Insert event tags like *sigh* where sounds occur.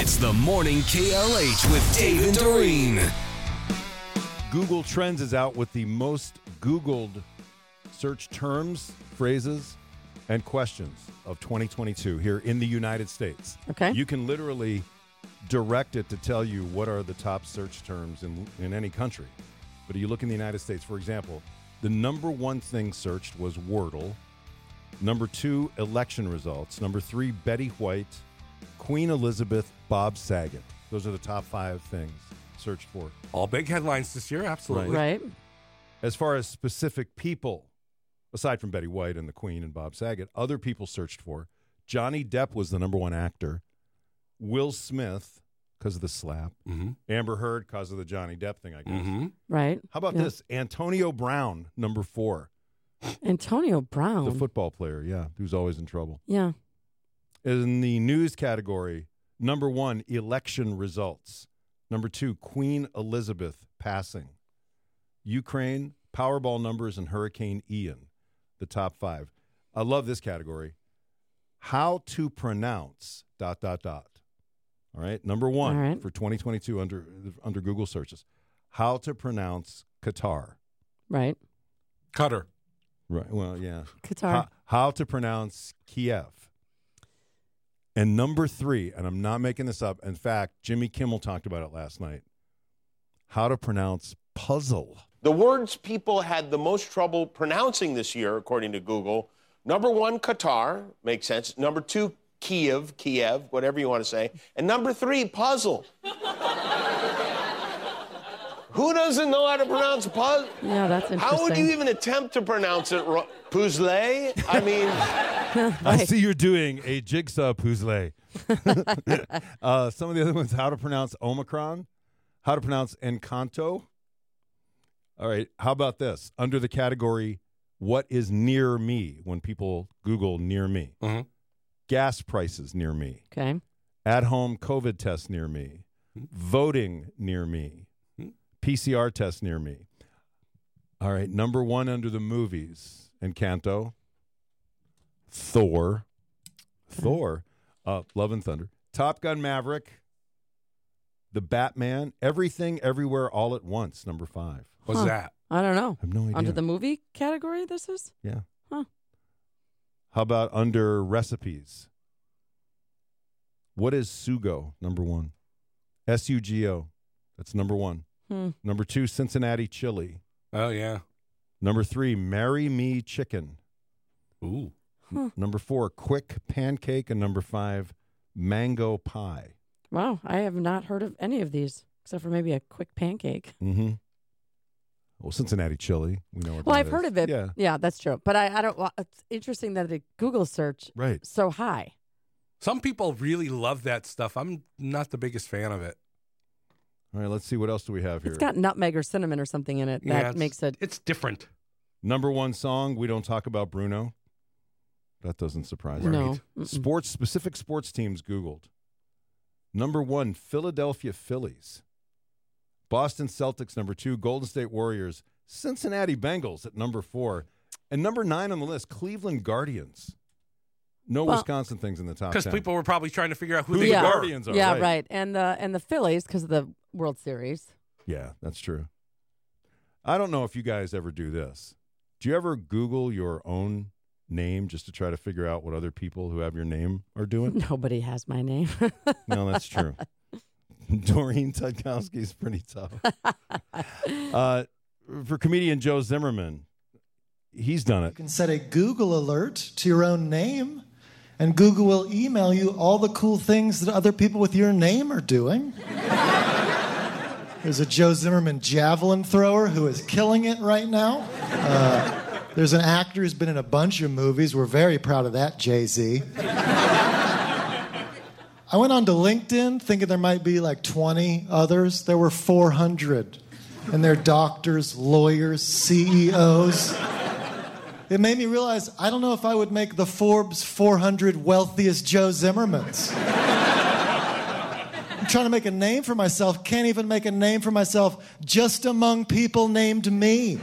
It's the Morning KLH with Dave and Doreen. Google Trends is out with the most Googled search terms, phrases, and questions of 2022 here in the United States. Okay. You can literally direct it to tell you what are the top search terms in, in any country. But you look in the United States, for example, the number one thing searched was Wordle, number two, election results, number three, Betty White, Queen Elizabeth, Bob Saget. Those are the top five things searched for. All big headlines this year, absolutely. Right. As far as specific people, aside from Betty White and the Queen and Bob Saget, other people searched for Johnny Depp was the number one actor, Will Smith because of the slap, Mm-hmm. Amber Heard because of the Johnny Depp thing, I guess. Mm-hmm. Right. How about Yeah. this? Antonio Brown, number four, Antonio Brown. the football player, yeah, who's always in trouble. yeah. In the news category, number one, election results. Number two, Queen Elizabeth passing. Ukraine, Powerball numbers, and Hurricane Ian, the top five. I love this category. How to pronounce dot dot dot. All right, number one All right. for 2022 under under Google searches. How to pronounce Qatar? Right. Cutter. Right. Well, yeah. Qatar. How, how to pronounce Kiev. And number three, and I'm not making this up. In fact, Jimmy Kimmel talked about it last night. How to pronounce puzzle. The words people had the most trouble pronouncing this year, according to Google number one, Qatar, makes sense. Number two, Kiev, Kiev, whatever you want to say. And number three, puzzle. *laughs* Who doesn't know how to pronounce puzzle? *laughs* yeah, that's interesting. How would you even attempt to pronounce it wrong? Puzzle? I mean, I see you're doing a jigsaw puzzle. *laughs* uh, some of the other ones: how to pronounce Omicron, how to pronounce Encanto. All right, how about this? Under the category, what is near me? When people Google near me, Mhm. gas prices near me, okay. at home COVID test near me, voting near me, PCR test near me. All right, number one under the movies, Encanto, Thor, Thor, uh, Love and Thunder, Top Gun Maverick, The Batman, Everything Everywhere All at Once, number five. What's Huh. that? I don't know. I have no idea. Under the movie category, this is? yeah. Huh. How about under recipes? What is Sugo? Number one. S U G O. That's number one. Hmm. Number two, Cincinnati chili. Oh, yeah. Number three, marry me chicken. Ooh. Number four, quick pancake. And number five, mango pie. Wow. I have not heard of any of these except for maybe a quick pancake. Mm-hmm. Well, Cincinnati chili. We know what Well, that I've heard is. of it. Yeah. that's true. But I, I don't. wa- It's interesting that the Google search Right. so high. Some people really love that stuff. I'm not the biggest fan of it. All right, let's see what else do we have here. It's got nutmeg or cinnamon or something in it Yeah, that it's- makes it. It's different. Number one song, We Don't Talk About Bruno. That doesn't surprise me. No. Mm-mm. Sports specific sports teams Googled. Number one, Philadelphia Phillies. Boston Celtics, number two, Golden State Warriors, Cincinnati Bengals at number four. And number nine on the list, Cleveland Guardians. No Well- Wisconsin things in the top. Because 10. people were probably trying to figure out who, Who they the yeah. were. Guardians are, Yeah, right. right. And the and the Phillies because of the World Series. *laughs* Yeah, that's true. I don't know if you guys ever do this. Do you ever Google your own name just to try to figure out what other people who have your name are doing? Nobody has my name. *laughs* no, that's true. Doreen Tudkowski is pretty tough. Uh, for comedian Joe Zimmerman, he's done it. You can set a Google alert to your own name, and Google will email you all the cool things that other people with your name are doing. There's a Joe Zimmerman javelin thrower who is killing it right now. Uh, there's an actor who's been in a bunch of movies. We're very proud of that, Jay Z. I went on to LinkedIn thinking there might be like 20 others. There were 400. And they're doctors, lawyers, E CEOs. It made me realize I don't know if I would make the Forbes 400 wealthiest Joe Zimmermans. I'm trying to make a name for myself, can't even make a name for myself just among people named me.